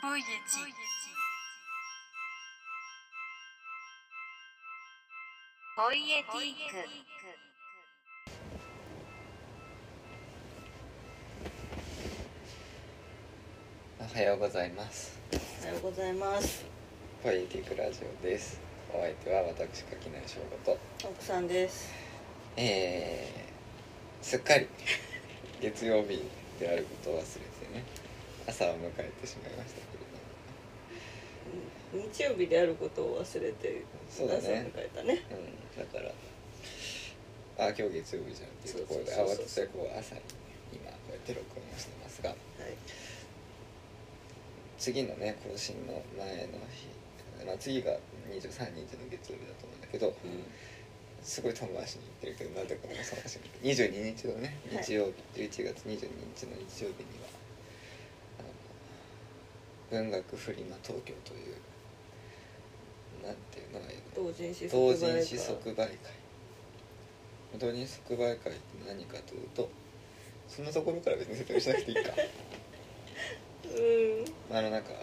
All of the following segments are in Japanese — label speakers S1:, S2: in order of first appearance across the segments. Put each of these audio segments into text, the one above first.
S1: Poieti. Poietique.
S2: おはようございます
S3: おはようございます。
S2: ポエティックラジオですお相手は私垣内翔吾と
S3: 奥さんです。
S2: えー、すっかり 月曜日であることを忘れてね朝を迎えてしまいましたけれども
S3: 日曜日であることを忘れて
S2: そうだね
S3: 迎えたね。
S2: うんだからあ今日月曜日じゃんっていうところで
S3: そうそ
S2: 慌
S3: うそう
S2: て
S3: そう
S2: てこう朝に今こうやって録音をしてますが
S3: はい。
S2: 次のね更新の前の日、まあ、次が23日の月曜日だと思うんだけど、すごい遠回しに言ってるけどなんでこの探しに22日のね
S3: はい
S2: 日曜日、11月22日の日曜日にはあの文学フリマ東京というなんていうのがいいの
S3: 同人誌即
S2: 同
S3: 売会
S2: 人誌即売会同人誌即売会って何かというとそんなところから別に説明しなくていい か
S3: うん。
S2: あのなんかあの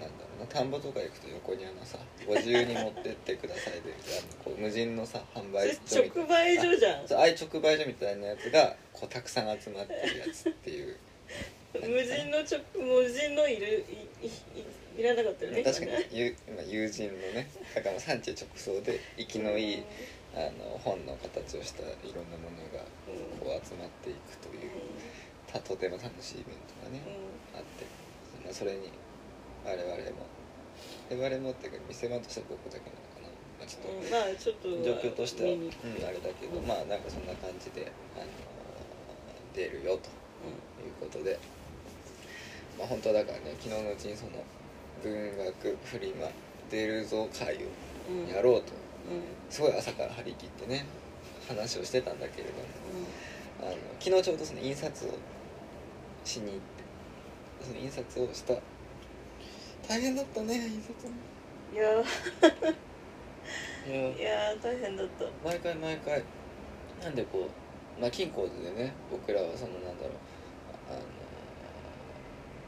S2: なんだろうな田んぼとか行くと横にあのさ「ご自由に持ってってください」であのこう無人のさ販売
S3: それ 直売所じゃん。
S2: そう愛直売所みたいなやつがこうたくさん集まってるやつっていう
S3: 無人の直無人のいるいいいいらなかったよね。
S2: 確かにゆまあ友人のねだからもう産地直送で生きのいいあの本の形をしたいろんなものが
S3: うん。うん。
S2: こう集まっていくというたとても楽しいイベントがねあって、まあ、それに我々も我々もっていうか店番としては僕だけなのかな、まあ、ちょっと
S3: うんうんまあちょっと
S2: 状況としては、う
S3: 見
S2: ん
S3: に、
S2: あれだけどまあなんかそんな感じで、あの出るよと。ということで、まあ、本当はだからね昨日のうちにその文学フリマ出るぞ会を
S3: うんうん
S2: やろうと
S3: うん
S2: すごい朝から張り切ってね話をしてたんだけれどもあの昨日ちょうどその印刷をしに行ってその印刷をした大変だったね印刷も
S3: うん。いや
S2: い
S3: い
S2: や
S3: やー大変だった。
S2: 毎回毎回なんでこうまあ金庫でね僕らはそのなんだろうあの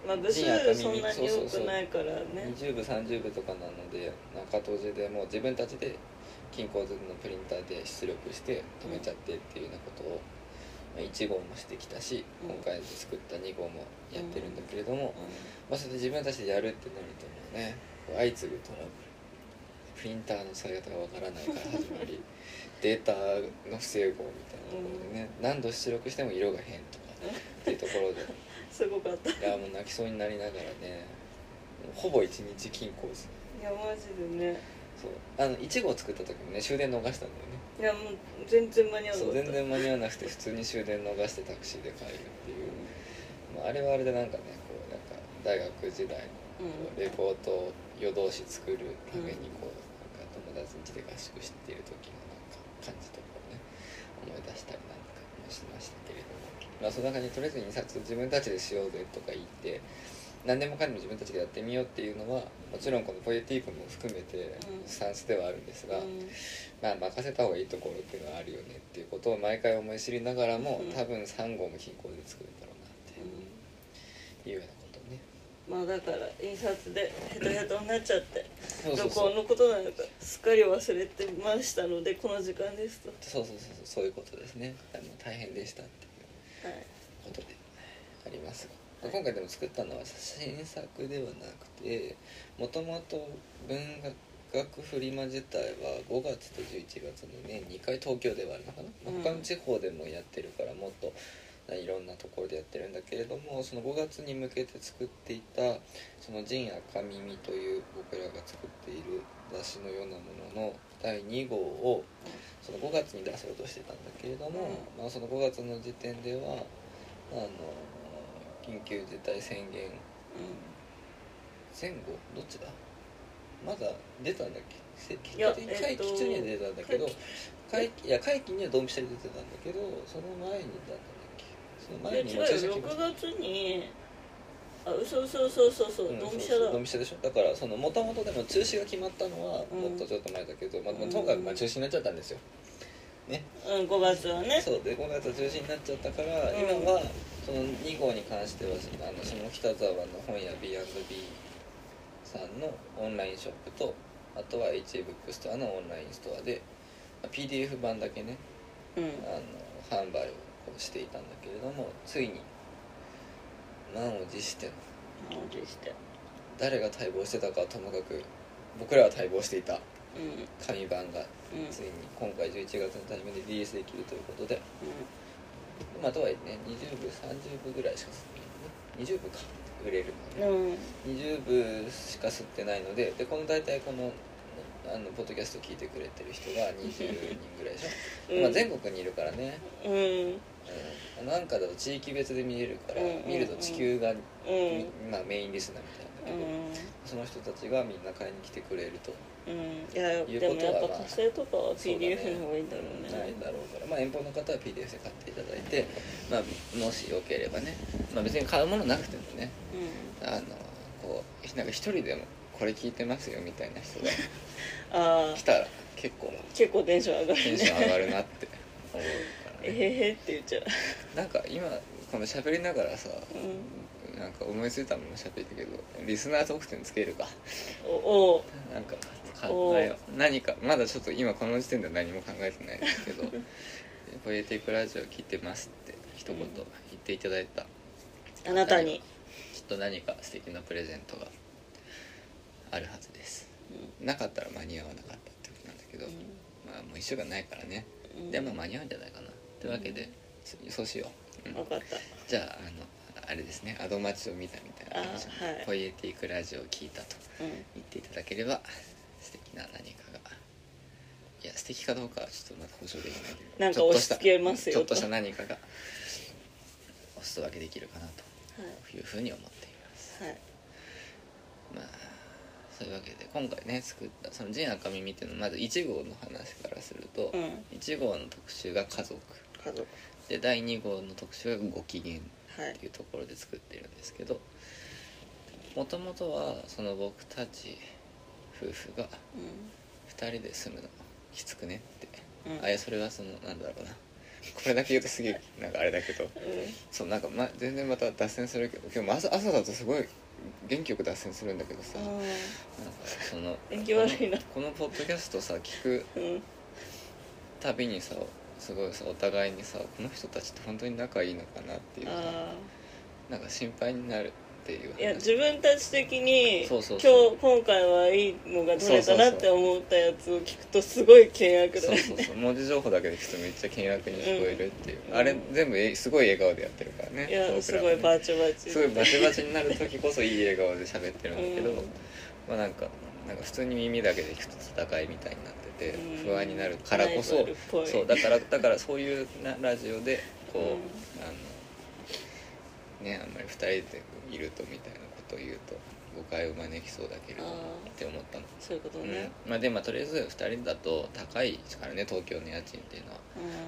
S3: まあ部数
S2: 深夜
S3: そんなに多くないからね。
S2: 20部30部とかなので中閉じでもう自分たちで金庫図のプリンターで出力して止めちゃってっていうようなことを、まあ1号もしてきたし
S3: うん
S2: 今回作った2号もやってるんだけれども、まあ、それで自分たちでやるってなるともうねこう相次ぐトラブルプリンターの使い方がわからないから始ま りデータの不整合みたいなところでね、何度出力しても色が変とかっていうところで。
S3: うんすごかった。い
S2: いやもう泣きそうになりながらねもうほぼ一日金庫です
S3: やマジでね。
S2: そうあの1号作った時もね終電逃したんだ
S3: いやもう全然間に合
S2: よ
S3: わ
S2: ねそう
S3: なかった
S2: 全然間に合わなくて普通に終電逃してタクシーで帰るっていう、まあ、あれはあれでなんかねこうなんか大学時代のこうレポートを夜通し作るためにこう、なんか友達ん家で合宿している時のなんか感じとかをね思い出したりなんかもしましたけれども、まあ、その中にとりあえず印刷自分たちでしようぜとか言って何でもかんでも自分たちでやってみようっていうのはもちろんこのポエティークも含めて
S3: うん
S2: スタンスではあるんですが、
S3: うん
S2: まあ任せた方がいいところっていうのはあるよねっていうことを毎回思い知りながらも
S3: うん
S2: 多分3号も均衡で作るんだろうなっていうようなことね。
S3: まあだから印刷でヘトヘトになっちゃって
S2: そうそ
S3: 録
S2: うそう
S3: 音のことなんかすっかり忘れてましたのでこの時間ですとは
S2: そうそうそうそうそういうことですねあの大変でしたっていう
S3: い
S2: ことでありますが今回でも作ったのは新作ではなくてもともと文学フリマ自体は5月と11月にね2回東京ではあるのかな、
S3: うん
S2: 他の地方でもやってるからもっといろんなところでやってるんだけれどもその5月に向けて作っていたその「陣赤耳」という僕らが作っている雑誌のようなものの第2号をその5月に出そうとしてたんだけれども、まあ、その5月の時点ではあの緊急事態宣言前後どっちだまだ出たんだっけせ結
S3: いや
S2: 果的に
S3: え
S2: 会
S3: っと
S2: 期中には出たんだけど会
S3: 会
S2: 期いや会期にはドンピシャで出てたんだけどその前にだったんだっけその
S3: いや
S2: 前
S3: 違
S2: に
S3: う
S2: も
S3: よ
S2: う注射器
S3: 6月にあ嘘嘘嘘嘘嘘
S2: うん
S3: ドンピシ
S2: そう
S3: ャ
S2: そう
S3: だ
S2: ドンピシャでしょだからそのもともとでも中止が決まったのは
S3: うん
S2: もっとちょっと前だけど、まあ、
S3: うん
S2: ともかくまあ中止になっちゃったんですよ、
S3: うん5月はね
S2: そうで5月中止になっちゃったから、
S3: うん
S2: 今はその2号に関してはあの下北沢の本屋 B&B さんのオンラインショップとあとは HA ブックストアのオンラインストアでまあ PDF 版だけね
S3: うん
S2: あの販売をこうしていたんだけれどもついに満を持しての
S3: 満を持して
S2: 誰が待望してたかはともかく僕らは待望していた
S3: うんうん
S2: 紙版が
S3: うん
S2: ついに今回11月の初めでリリースできるということでまあとはいえね20部30部ぐらいしか吸ってないのね20部か売れるのね
S3: うん
S2: 20部しか吸ってないのででこの大体このあのポッドキャスト聞いてくれてる人が20人ぐらいでしょ、
S3: うん
S2: まあ、全国にいるからね、
S3: うん
S2: うん、なんかだと地域別で見れるから、
S3: うんうんうん
S2: 見ると地球が、
S3: うん
S2: まあ、メインリスナーみたいなけど、その人たちがみんな買いに来てくれると
S3: うんいやでもやっぱ火星とかは PDF の方がいいんだろう
S2: ない
S3: ね
S2: だろうから、まあ、遠方の方は PDF で買っていただいて、まあ、もしよければね、まあ、別に買うものなくてもね
S3: うん
S2: あのこうなんか一人でもこれ聞いてますよみたいな人が
S3: ああ
S2: 来たら結構
S3: 結構テンション上が
S2: テ
S3: る
S2: ンション上
S3: ね
S2: がるなって思うから
S3: え
S2: ね
S3: へへって言っちゃう
S2: なんか今この喋りながらさ
S3: うん
S2: なんか思いついたもの喋ったけどリスナー特典つけるか
S3: おお
S2: なんか考えよう何かまだちょっと今この時点では何も考えてないんです けど「ポエティックラジオ聞いてます」って一言言っていただいた、
S3: あなたに
S2: きっと何か素敵なプレゼントがあるはずですなかったら間に合わなかったってことなんだけど、まあもう一週間ないからね、
S3: うん
S2: でも間に合うんじゃないかなというわけで、そそうしよう、うん
S3: 分かった
S2: じゃああのあれですねアドマチを見たみたいな話
S3: あはい
S2: ポイエティックラジオを聞いたと
S3: うん
S2: 言っていただければ素敵な何かがいや素敵かどうかはちょっとまだ保証できないけど
S3: なんか
S2: ちょっとした
S3: 押し付けますよ
S2: ちょ
S3: と
S2: っとした何かがお裾分けできるかな
S3: は
S2: というふうに思っています
S3: いはい
S2: まあそういうわけで今回ね作ったその「陣赤耳」っていうのはまず1号の話からすると、
S3: うん
S2: 1号の特集が家族
S3: 家族
S2: で第2号の特集がご機嫌
S3: はい
S2: っていうところで作ってるんですけどもともとはその僕たち夫婦が
S3: う
S2: 2人で住むのきつくねって、
S3: んうん
S2: あいやそれはそのなんだろうなこれだけ言うとすげえなんかあれだけど
S3: う
S2: そうなんか、ま、全然また脱線するけど今日朝朝だとすごい元気よく脱線するんだけどさ
S3: ん
S2: なんか
S3: あ
S2: その
S3: 元気悪いな
S2: このこのポッドキャストさ聞く
S3: ーうん
S2: たびにさすごいさお互いにさこの人たちって本当に仲いいのかなっていうか
S3: あ
S2: なんか心配になるっていう
S3: ーいや自分たち的に
S2: そうそうそう
S3: 今日今回はいいのが取れたなっ
S2: そうそう
S3: て
S2: そ
S3: 思ったやつを聞くとすごい険悪だ
S2: そう
S3: ね
S2: そうそう文字情報だけで聞くとめっちゃ険悪に聞こえるっていう、
S3: うん
S2: あれ全部えすごい笑顔でやってるからね
S3: いや
S2: 僕
S3: す
S2: らも
S3: ご
S2: ね
S3: いバチバチ
S2: すごいバチバチになる時こそいい笑顔で喋ってるんだけど、
S3: うん
S2: まあなんかなんか普通に耳だけで聞くと戦いみたいになってて
S3: うん
S2: 不安になるからこそ
S3: ライバルっぽい
S2: そうだからだからそういうなラジオでこう、
S3: うん
S2: あのねあんまり2人でいるとみたいなことを言うと誤解を招きそうだけれども
S3: あー
S2: って思ったの。
S3: そういうこと
S2: うん
S3: ね、
S2: まあ、でまあとりあえず2人だと高いですからね東京の家賃っていうのは、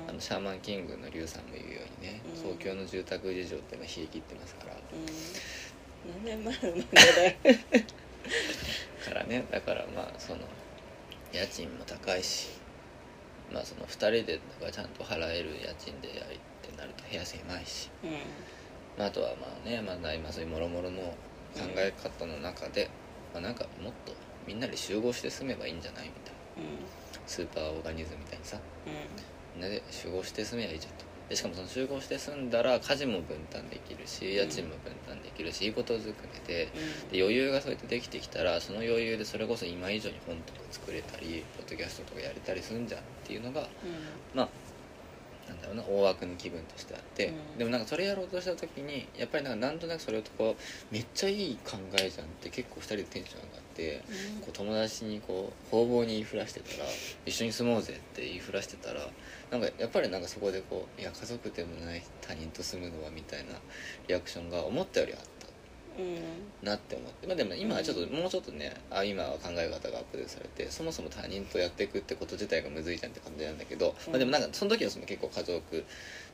S3: うん
S2: あのシャーマンキングのリュウさんも言うようにね、
S3: うん
S2: 東京の住宅事情ってのは冷え切ってますから、
S3: うん、何年前の漫画だよ
S2: からねだからまあその家賃も高いしまあその2人でだからちゃんと払える家賃でやりってなると部屋狭いし、
S3: うん
S2: まあ、あとはまあねまあ今そういうもろもろの考え方の中で、まあ、なんかもっとみんなで集合して住めばいいんじゃないみたいなスーパーオーガニズムみたいにさみんなで集合して住めばいいじゃんとでしかもその集合して住んだら家事も分担できるし家賃も分担できるしいいことづくめで、で余裕がそうやってできてきたらその余裕でそれこそ今以上に本とか作れたりポッドキャストとかやれたりするんじゃんっていうのがまあなんだろうな大枠の気分としてあって、
S3: うん
S2: でもなんかそれやろうとした時にやっぱりなんかなんとなくそれをこうめっちゃいい考えじゃんって結構2人でテンション上がって。こう友達にこう方々に言いふらしてたら一緒に住もうぜって言いふらしてたらなんかやっぱりなんかそこでこういや家族でもない他人と住むのはみたいなリアクションが思ったよりあった
S3: うんうん
S2: なって思ってまあでも今はちょっと、もうちょっとねあ今は考え方がアップデートされてそもそも他人とやっていくってこと自体がむずいじゃんって感じなんだけど、
S3: うん
S2: まあ、でもなんかその時はその結構家族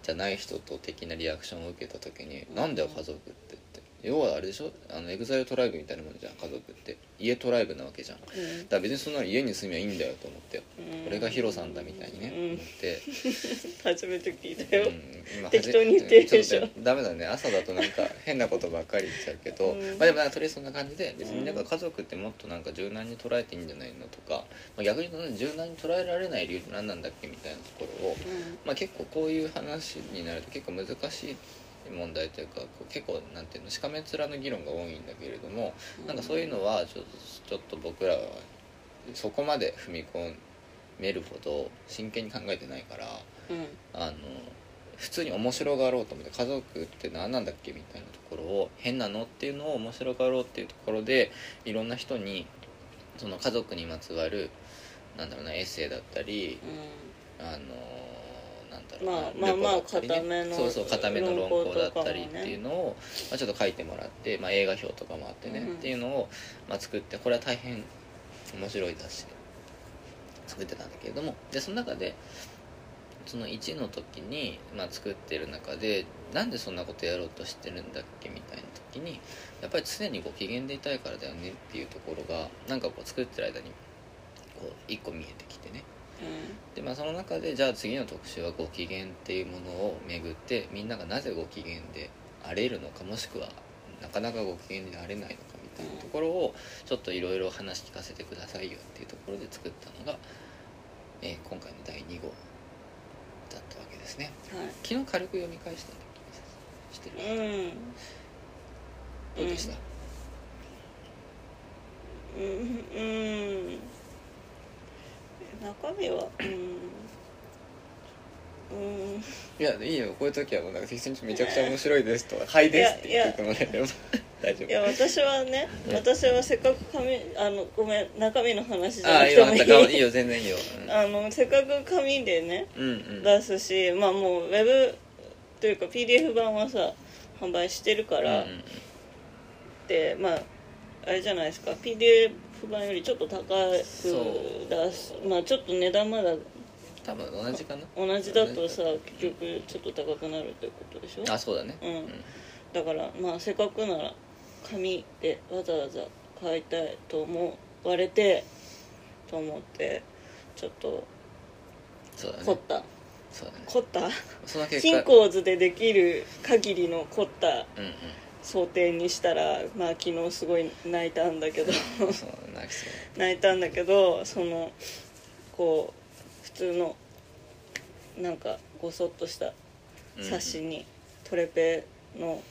S2: じゃない人と的なリアクションを受けた時に「
S3: うん
S2: なんだよ家族って」って要はあれでしょあのエグザイルトライブみたいなもんじゃん家族って家トライブなわけじゃんだから別にそんなの家に住みゃいいんだよと思って
S3: うん
S2: 俺がヒロさんだみたいにね、
S3: うん
S2: 思って、
S3: 初めて聞いた
S2: うん
S3: よ、
S2: 今
S3: 適当に言ってるでしょ
S2: ちょっとダメだね朝だとなんか変なことばっかり言っちゃうけど、
S3: うん
S2: まあでもなんかとりあえずそんな感じで別になんか家族ってもっとなんか柔軟に捉えていいんじゃないのとか、まあ、逆にその柔軟に捉えられない理由って何なんだっけみたいなところを
S3: うん
S2: まあ、結構こういう話になると結構難しい問題というかこう結構なんていうのしかめ面の議論が多いんだけれどもなんかそういうのはちょっとちょっと僕らはそこまで踏み込めるほど真剣に考えてないから
S3: うん
S2: あの普通に面白がろうと思って家族って何なんだっけみたいなところを変なのっていうのを面白がろうっていうところでいろんな人にその家族にまつわるなんだろうなエッセイだったりあのーなんだろう
S3: まあ
S2: ルポだったり
S3: まあまあ固めの
S2: そうそう固めの論考だったりっ
S3: 論考とかもね
S2: ていうのを、まあ、ちょっと書いてもらって、まあ、映画表とかもあってね、
S3: うん
S2: っていうのを、まあ、作ってこれは大変面白い雑誌で作ってたんだけれどもでその中でその1の時に、まあ、作ってる中でなんでそんなことやろうとしてるんだっけみたいな時にやっぱり常にご機嫌でいたいからだよねっていうところがなんかこう作ってる間にこう1個見えてきてねでまあその中でじゃあ次の特集はご機嫌っていうものを巡ってみんながなぜご機嫌で荒れるのかもしくはなかなかご機嫌になれないのかみたいなところをちょっといろいろ話聞かせてくださいよっていうところで作ったのが、えー今回の第2号だったわけですね
S3: うんはい
S2: 昨日軽く読み返したんだけどしてる
S3: うん
S2: どうでした、
S3: うんうん中身はうんうん
S2: いやいいよこういう時はもうなんか適当にめちゃくちゃ面白いですとか「はいです」って言ってもらえれば 大丈
S3: いや
S2: 夫
S3: 私はね
S2: うん
S3: 私はせっかく紙あのごめん中身の話じゃ
S2: あ
S3: な
S2: あ
S3: く
S2: いい
S3: て
S2: よあ
S3: も
S2: ん
S3: いい
S2: た顔いいよ全然いいよ、
S3: あのせっかく紙でね
S2: うん、うんうん
S3: 出すしまあもうウェブというか PDF 版はさ販売してるから、
S2: うんうん
S3: でまああれじゃないですか PDF 版よりちょっと高く
S2: そう
S3: 出すまあちょっと値段まだ
S2: 多分同じかな
S3: 同じだとさ結局ちょっと高くなるということでしょ
S2: あそうだね
S3: うんだからまあせっかくなら紙でわざわざ買いたいと思われてと思ってちょっと
S2: そうだね
S3: 凝った
S2: そうだね
S3: 凝った
S2: その結
S3: キン
S2: 果
S3: コーズでできる限りの凝った
S2: うんう
S3: 想定にしたらまあ昨日すごい泣いたんだけ ど
S2: んそうだね泣きそう
S3: 泣いたんだけどそのこう普通のなんかごそっとした
S2: うんうん
S3: 冊子にトレペの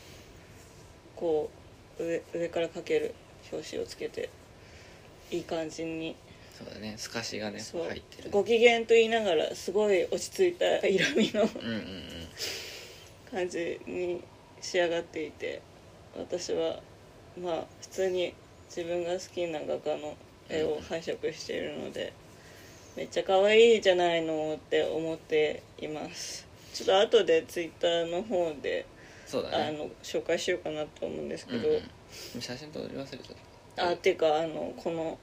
S3: こう上上からかける表紙をつけていい感じに
S2: そうだね透かしがね
S3: そう
S2: 入ってる
S3: ご機嫌と言いながらすごい落ち着いた色味の
S2: うんうんうん
S3: 感じに仕上がっていて私はまあ普通に自分が好きな画家の絵を拝借しているので、めっちゃ可愛いじゃないのって思っていますちょっと後でツイッターの方で
S2: そうだ
S3: あ
S2: ね
S3: の紹介しようかなと思うんです
S2: う
S3: け
S2: ん
S3: ど、
S2: うん写真撮り忘れちゃった
S3: あっていうかあのこの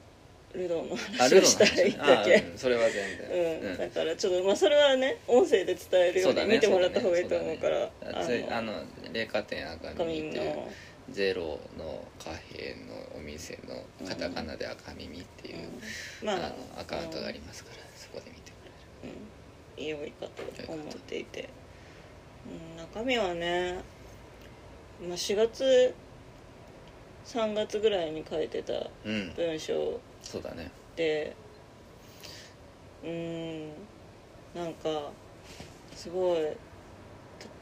S3: ルドーの
S2: あ
S3: 話
S2: ルロ
S3: を
S2: の
S3: した
S2: 話
S3: い
S2: ね
S3: だ
S2: あ
S3: け。
S2: うんそれは全
S3: うんだ
S2: 然
S3: からちょっとまあそれはね音声で伝えるよ
S2: そ
S3: う
S2: うだ
S3: に
S2: ね
S3: 見てもらった方がいいと思うから
S2: うんあついあの霊華店赤
S3: 紙
S2: 耳っていう
S3: の
S2: ゼロの貨幣のお店のカタカナで赤耳っていう
S3: うんま
S2: あ
S3: あ
S2: のアカウントがありますからそこで見てくれる
S3: うん良いかと思っていて、うん、中身はね、まあ、4月3月ぐらいに書いてた
S2: うん
S3: 文章
S2: そうだね
S3: でうんなんかすごい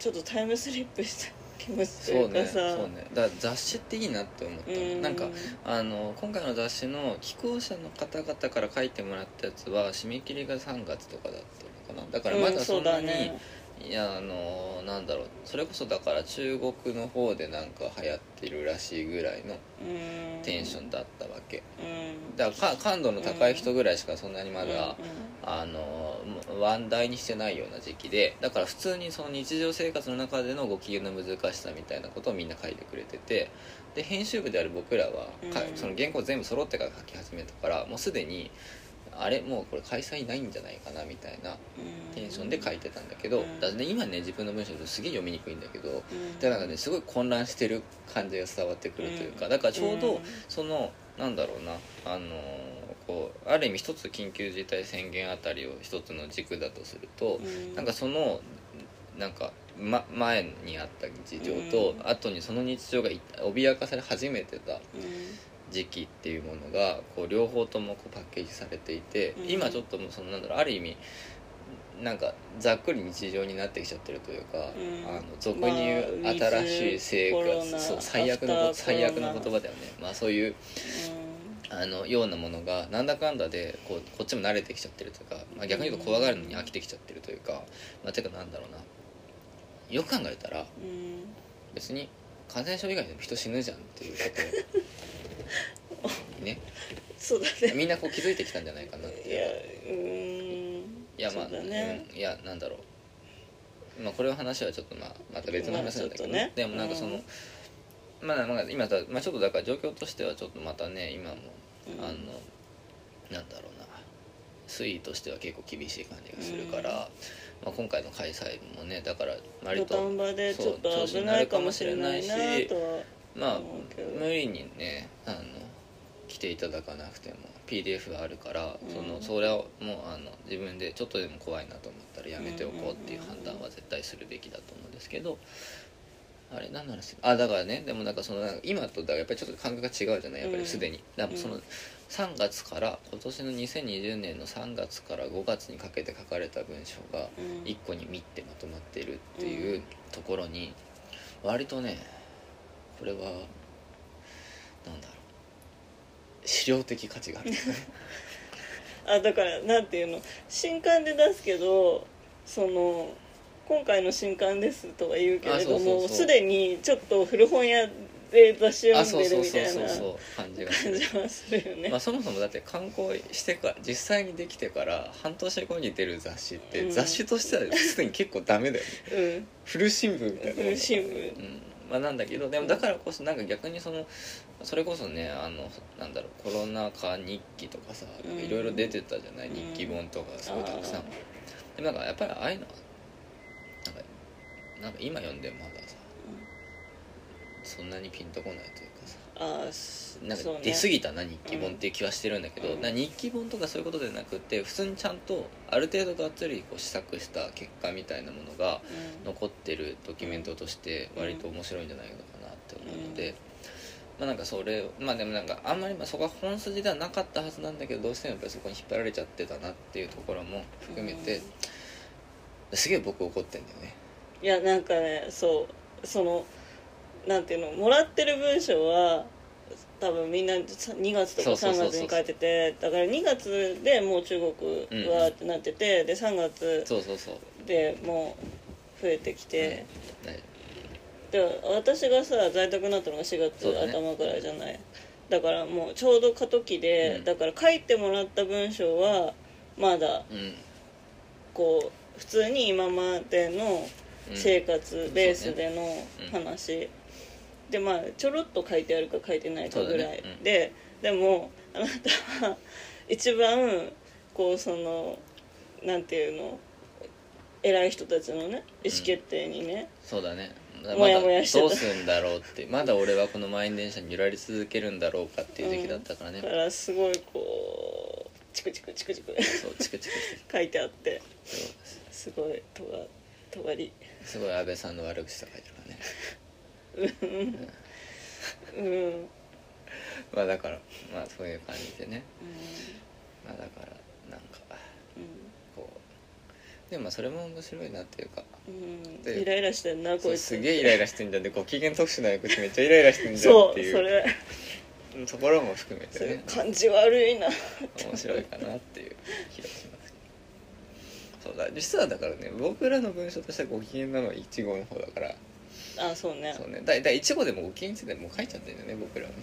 S3: ちょっとタイムスリップした気持ちとい
S2: そう
S3: うか
S2: ね
S3: さ
S2: そうねだから雑誌っていいなって思ったの
S3: う
S2: なんかあの今回の雑誌の寄稿者の方々から書いてもらったやつは締め切りが3月とかだったのかなだからま
S3: う
S2: だ
S3: ん
S2: そ
S3: うん
S2: な
S3: う
S2: に、
S3: だね
S2: いやあのなんだろうそれこそだから中国の方でなんか流行ってるらしいぐらいの
S3: うん
S2: テンションだったわけ
S3: うん
S2: だからか感度の高い人ぐらいしかそんなにまだ、
S3: うんうん
S2: あの話題にしてないような時期でだから普通にその日常生活の中でのご機嫌の難しさみたいなことをみんな書いてくれててで編集部である僕らは、か
S3: うん
S2: その原稿全部揃ってから書き始めたからもうすでにあれもうこれ開催ないんじゃないかなみたいなテンションで書いてたんだけど、
S3: うん
S2: だってね今ね自分の文章ですげえ読みにくいんだけど
S3: うん
S2: だからねすごい混乱してる感じが伝わってくるというかだからちょうど
S3: ん
S2: そのなんだろうなあのーこうある意味一つ緊急事態宣言あたりを一つの軸だとすると
S3: うん
S2: なんかそのなんか、ま、前にあった日常と
S3: うん
S2: 後にその日常がい脅かされ始めてた
S3: う
S2: 時期っていうものがこう両方ともこうパッケージされていて、
S3: うん
S2: 今ちょっともうそのなんだろうある意味なんかざっくり日常になってきちゃってるというか、
S3: うん
S2: あの俗に言う
S3: まあ
S2: 新しい生
S3: ウィズ
S2: 活、
S3: コロナ
S2: そう最悪の
S3: アフターコロナ
S2: 最悪の言葉だよね、まあ、そういうんあのようなものがなんだかんだでこうこっちも慣れてきちゃってるというか、まあ、逆に言うと怖がるのに飽きてきちゃってるというか、まあ、てかなんだろうなよく考えたら
S3: うん
S2: 別に感染症以外でも人死ぬじゃんっていうことにね
S3: そうだね
S2: みんなこう気づいてきたんじゃないかなって
S3: い
S2: い
S3: や
S2: う
S3: うん
S2: いやまあ
S3: そうだね
S2: うんいやなんだろう、まあ、これは話はちょっとまあまた別の話なんだけど、
S3: まあちょっとね
S2: でもなんかその、まあまあ今だ、まあ、ちょっとだから状況としてはちょっとまたね今も
S3: うん
S2: あのなんだろうな推移としては結構厳しい感じがするから、
S3: うん
S2: まあ、今回の開催もねだから割
S3: 土
S2: と
S3: 壇場でちょっ
S2: そう
S3: と危ないかもしれないなとは
S2: まあ
S3: 思うけど
S2: 無理にねあの来ていただかなくても PDF があるから、
S3: うん
S2: そのそれをもうあの自分でちょっとでも怖いなと思ったらやめておこうっていう判断は絶対するべきだと思うんですけど。あれ何の話あだからねでもなんかそのなんか今とだからやっぱりちょっと感覚が違うじゃないやっぱりすでに、だからその
S3: うん
S2: 3月から今年の2020年の3月から5月にかけて書かれた文章が
S3: うん
S2: 一個に見ってまとまってるっていうところに割とねこれはなんだろう資料的価値がある
S3: あだからなんていうの新刊で出すけどその今回の新刊ですとは言うけれど
S2: あそうそうそ
S3: も
S2: う
S3: すでにちょっと古本屋で雑誌を
S2: あそう
S3: 読んで
S2: そう
S3: るみ
S2: そ
S3: た
S2: うそう
S3: いな
S2: そう感じがす
S3: 感
S2: る
S3: じはするよね
S2: まあ、そもそもだって観光してから実際にできてから半年後に出る雑誌っ
S3: う
S2: て
S3: ん
S2: 雑誌としてはすでに結構ダメだよね
S3: うん
S2: 古新聞みたいなもんだから
S3: 古新聞
S2: うんまあ、なんだけどでもだからこそなんか逆にそのそれこそねあのなんだろうコロナ禍日記とかさ
S3: うん
S2: いろいろ出てたじゃない、
S3: うん
S2: 日記本とかすごいたくさ
S3: あ
S2: んでもなんかやっぱりああいうのはなんかなんか今読んでもまださそんなにピンとこないというかさ
S3: ああす
S2: なん
S3: そう
S2: か
S3: ね
S2: 出過ぎたな、日記本っていう気はしてるんだけど、
S3: うん
S2: な日記本とかそういうことじゃなくて普通にちゃんとある程度がっつりこう試作した結果みたいなものが
S3: うん
S2: 残ってるドキュメントとして割と面白いんじゃないのかなって思うので、
S3: うん
S2: まあなんかそれまあでもなんかあんまりまあそこは本筋ではなかったはずなんだけどどうしてもやっぱりそこに引っ張られちゃってたなっていうところも含めて、すげえ僕怒ってんだよね
S3: いやなんかねそうそのなんていうのもらってる文章は多分みんなさ2月とか
S2: そうそう
S3: 3
S2: そうそう
S3: 月に書いててだから2月でもう中国はってなってて、で3月
S2: そうそうそう
S3: でもう増えてきて、
S2: 大丈
S3: で私がさ在宅になったのが4月
S2: そうだね
S3: 頭くらいじゃないだからもうちょうど過渡期で、
S2: うん
S3: だから書いてもらった文章はまだ
S2: 夫うん
S3: こう普通に今までの
S2: うん
S3: 生活ベースでの
S2: そうね
S3: 話、でまあちょろっと書いてあるか書いてないかぐ
S2: そう
S3: らい、
S2: だねうん
S3: ででもあなたは一番こうそのなんていうの偉い人たちのね意思決定にね、
S2: そうだねまだ
S3: もやもやしてた
S2: どうすんだろうってまだ俺はこの満員電車に揺られ続けるんだろうかっていう時期だったからね、
S3: だからすごいこうチクチクチクチク
S2: そうチクチクして
S3: 書いてあって
S2: そう
S3: すごいとがとがり
S2: すごい安倍さんの悪口とか書いてるからね
S3: うん、うん
S2: まあだからまあそういう感じでねまあだからなんかこうでもまあそれも面白いなっていうか
S3: うん、
S2: で
S3: イライラしてんな
S2: そ
S3: こ
S2: う
S3: いつ
S2: すげえイライラしてんじゃんでご機嫌特殊な役口めっちゃイライラしてんじゃん
S3: そ
S2: って
S3: う
S2: い
S3: そうれ
S2: ところも含め
S3: そ
S2: て
S3: れ
S2: ね
S3: 感じ悪いな
S2: 面白いかなっていう気がしますそうだ実はだからね僕らの文章としてはご機嫌なのは1号の方だから
S3: あそうね
S2: そうねだだ1号でもご機嫌についてもう書いちゃってるよね僕らはね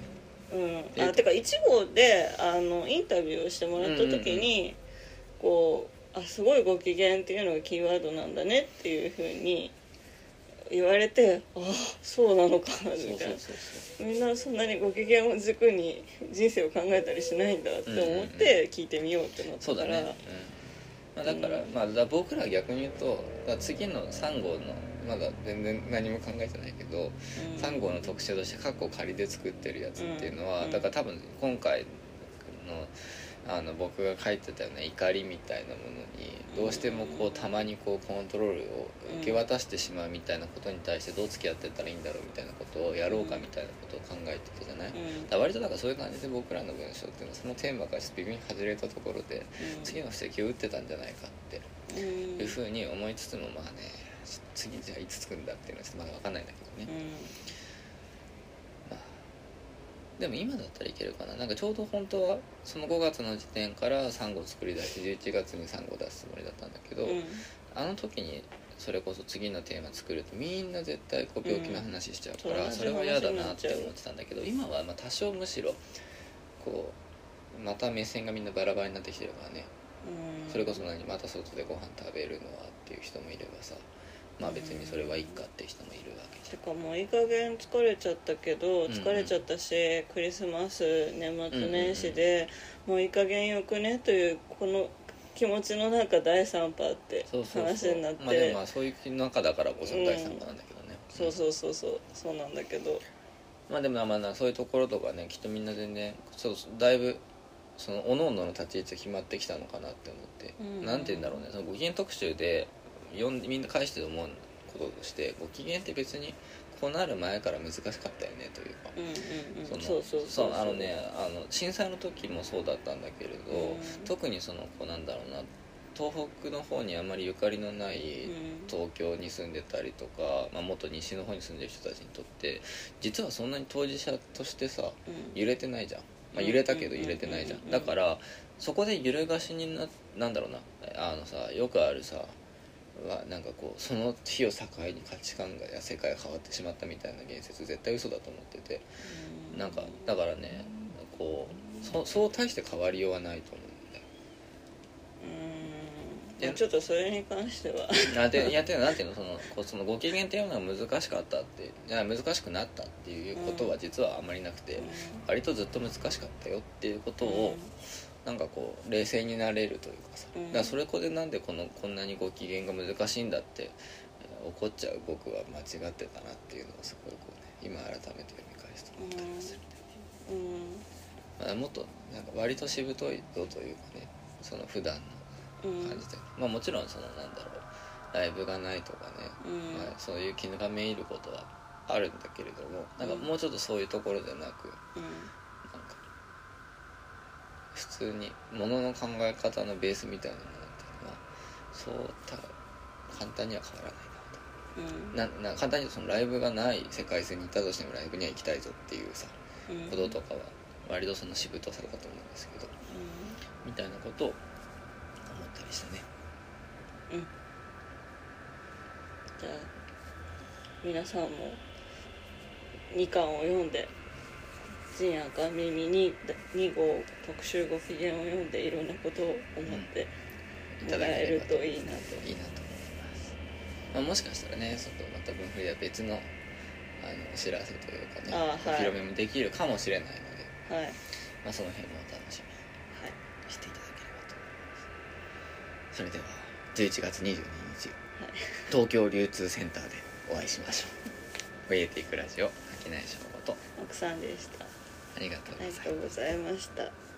S3: うん
S2: え
S3: あてか1号であのインタビューをしてもらった時に、こうあすごいご機嫌っていうのがキーワードなんだねっていうふうに言われてああそうなのか
S2: そうそう
S3: みたいな
S2: そうそ
S3: みんなそんなにご機嫌を軸に人生を考えたりしないんだって思って聞いてみようってな
S2: う
S3: っ
S2: そう
S3: た
S2: だ
S3: か
S2: ね、うんま
S3: ら、
S2: あ、だから,、
S3: うん
S2: まあ、だから僕らは逆に言うとだから次の3号のまだ全然何も考えてないけど、
S3: うん
S2: 3号の特徴として過去仮で作ってるやつっていうのは、
S3: うん
S2: だから多分今回のあの僕が書いてたような怒りみたいなものにどうしてもこうたまにこうコントロールを受け渡してしまうみたいなことに対してどう付き合ってったらいいんだろうみたいなことをやろうかみたいなことを考えてたじゃない、だ
S3: うん
S2: から割となんかそういう感じで僕らの文章っていうのはそのテーマから微妙に外れたところで
S3: うん
S2: 次の布石を打ってたんじゃないかって
S3: うん
S2: いうふうに思いつつもまあねち次じゃあいつつくんだっていうのはちょっとまだ分かんないんだけどね。
S3: う
S2: まあでも今だったらいけるかななんかちょうど本当はその5月の時点から3号作り出して11月に3号出すつもりだったんだけど、
S3: んうん
S2: あの時にそれこそ次のテーマ作るとみんな絶対こう病気の話しちゃうから、
S3: うん
S2: それは嫌だなって思ってたんだけど今はまあ多少むしろこうまた目線がみんなバラバラになってきてるからね
S3: うん
S2: それこそ何また外でご飯食べるのはっていう人もいればさまあ別にそれはいいかって人もいるわけじ
S3: てかもういい加減疲れちゃったけど
S2: んうん
S3: 疲れちゃったし、クリスマス年末年始で、もういい加減よくねというこの気持ちの中第3波って
S2: ゃんそうそうそう
S3: 話になっ
S2: まあで
S3: て
S2: もまあそういう中だからこその第3波なんだけどね、
S3: そうそうそうそうそうなんだけど
S2: まあでもまあまあそういうところとかねきっとみんな全然そうそうだいぶその各々の立ち位置が決まってきたのかなって思って、
S3: うん
S2: なんて言うんだろうねそのご機嫌特集で読んでみんな返して思うこととしてご機嫌って別にこうなる前から難しかったよねというか
S3: う、んうんうん
S2: の
S3: そうそうそう
S2: あのねあの震災の時もそうだったんだけれど、
S3: うん
S2: 特にそのこうなんだろうな東北の方にあまりゆかりのな
S3: う
S2: い
S3: ん
S2: 東京に住んでたりとか、まあ、元西の方に住んでる人たちにとって実はそんなに当事者としてさ
S3: うん
S2: 揺れてないじゃん、まあ、
S3: うん
S2: 揺れたけど揺れてないじゃ
S3: うんん
S2: だからそこで揺れがしにななんだろうなあのさよくあるさはなんかこうその日を境に価値観がや世界が変わってしまったみたいな言説絶対嘘だと思っててなんかだからねこうそそう大して変わりようはないと思うんだよ
S3: うんまあちょっとそれに関しては
S2: あでいやってなんていうのそのこうそのご機嫌っていうのが難しかったっていや難しくなったっていうことは実はあまりなくて、割とずっと難しかったよっていうことを、なんかこう冷静になれるというかさ、
S3: うん
S2: だからそれこでなんでこのこんなにご機嫌が難しいんだってえー怒っちゃう僕は間違ってたなっていうのをすごいこうね今改めて読み返すと思ったりはする、
S3: うんうん
S2: まあ、もっとなんか割としぶといぞというかねその普段
S3: うん
S2: の感じで、まあもちろんそのなんだろうライブがないとかね、
S3: うん
S2: まあ、そういう気がめいることはあるんだけれどもなんかもうちょっとそういうところじゃなく、
S3: う
S2: なんか普通にものの考え方のベースみたいなものっていうのはそうた簡単には変わら
S3: んうん
S2: ないなとなな簡単に言うとそのライブがない世界線にいたとしてもライブには行きたいぞっていうさ
S3: うん
S2: こととかは割とそのしぶとさだと思うんですけどみたいなことを思ったりしたね
S3: うん、うん、じゃあ皆さんも2巻を読んで「陣や赤耳に」2号特集ご機嫌を読んでいろんなことを思って
S2: い
S3: も
S2: ただ
S3: ら
S2: け
S3: え
S2: れ
S3: る
S2: ば
S3: といいなと。
S2: いいなと思います、まあ、もしかしたらねちょっとまた文振りは別のあのお知らせというかね、
S3: あーはい
S2: お披露目もできるかもしれないので
S3: はい、はい
S2: まあ、その辺もお楽しみにしていただければと思いますそれでは11月22日、東京流通センターでお会いしましょう「ウェイティクラジオ商いしょうこと
S3: 奥さんでした。あ」
S2: ありがとうござい
S3: り
S2: まし
S3: が
S2: た
S3: とうございました。